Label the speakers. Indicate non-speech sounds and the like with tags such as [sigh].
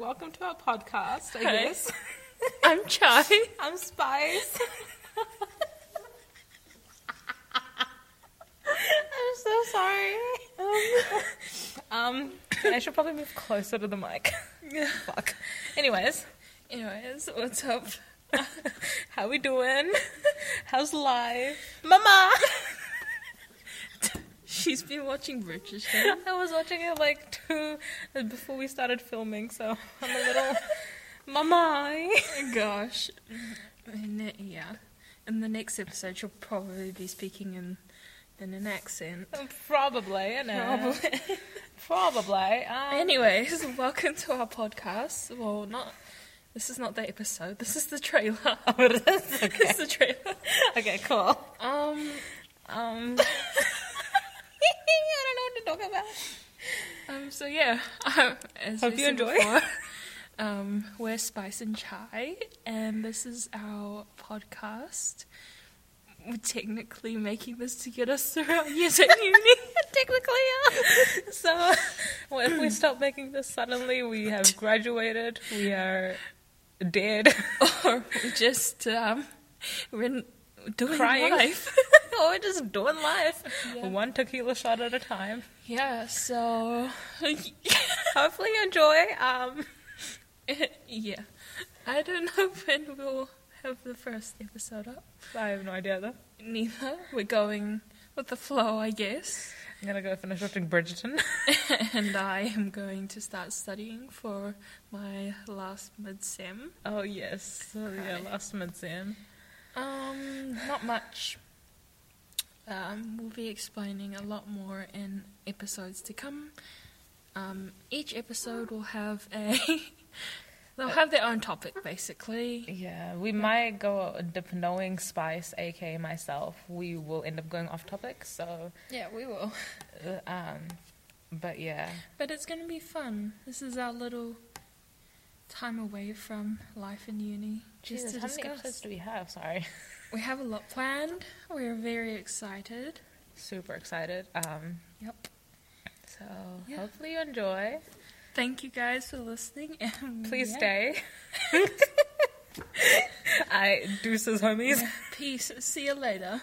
Speaker 1: welcome to our podcast, I [laughs] guess.
Speaker 2: I'm Chai.
Speaker 1: I'm Spice. [laughs] I'm so sorry. [laughs] Um, I should probably move closer to the mic. Fuck. Anyways,
Speaker 2: Anyways, what's up?
Speaker 1: [laughs] how we doing? How's life? [laughs] Mama!
Speaker 2: She's been watching Bridgerton.
Speaker 1: I was watching it like two before we started filming, so I'm a little [laughs] mama.
Speaker 2: Oh, Gosh. And, uh, yeah. In the next episode, she'll probably be speaking in in an accent.
Speaker 1: Probably, you
Speaker 2: Uh,
Speaker 1: know. Probably. Um,
Speaker 2: [laughs] Anyways, welcome to our podcast. Well, not. This is not the episode. This is the trailer. [laughs] It's the trailer.
Speaker 1: okay, cool.
Speaker 2: Um,
Speaker 1: [laughs] Um, I don't know what to talk about.
Speaker 2: um. So yeah. [laughs] Um, as
Speaker 1: Hope
Speaker 2: we
Speaker 1: you
Speaker 2: said
Speaker 1: enjoy. [laughs]
Speaker 2: before, um, we're Spice and Chai, and this is our podcast. We're technically making this to get us [laughs] through our years at uni.
Speaker 1: [laughs] Technically, yeah. So, well, if we stop making this suddenly, we have graduated. We are [laughs] dead.
Speaker 2: or we just um, we're n- doing
Speaker 1: Crying. [laughs]
Speaker 2: life.
Speaker 1: or we're just doing life.
Speaker 2: Yeah.
Speaker 1: One tequila shot at a time.
Speaker 2: Yeah. So [laughs] eh,
Speaker 1: Hopefully, you enjoy. Um,
Speaker 2: yeah, I don't know [laughs] when we'll have the first episode up.
Speaker 1: I have no idea though.
Speaker 2: Neither. We're going with the flow, I guess.
Speaker 1: I'm gonna go finish watching Bridgerton.
Speaker 2: and I am going to start studying for my last mid sem.
Speaker 1: Oh yes, oh, yeah,
Speaker 2: Right.
Speaker 1: last month's in.
Speaker 2: Um, not much. Um, we'll be explaining a lot more in episodes to come. Um, each episode will have a. [laughs] they'll have their own topic, basically.
Speaker 1: Yeah, we might go dip knowing Spice, aka myself. We will end up going off topic. So,
Speaker 2: Yeah, we will.
Speaker 1: uh, um, but yeah,
Speaker 2: But it's going to be fun. This is our little time away from life in uni. Just
Speaker 1: Jesus,
Speaker 2: to
Speaker 1: how
Speaker 2: discuss.
Speaker 1: many episodes do we have? Sorry, [laughs]
Speaker 2: We have a lot planned. We're very excited.
Speaker 1: super excited. Um,
Speaker 2: Yep.
Speaker 1: so
Speaker 2: Yeah.
Speaker 1: hopefully you enjoy.
Speaker 2: Thank you guys for listening. And
Speaker 1: Please
Speaker 2: yeah.
Speaker 1: stay. [laughs] I deuces, homies.
Speaker 2: Peace. See you later.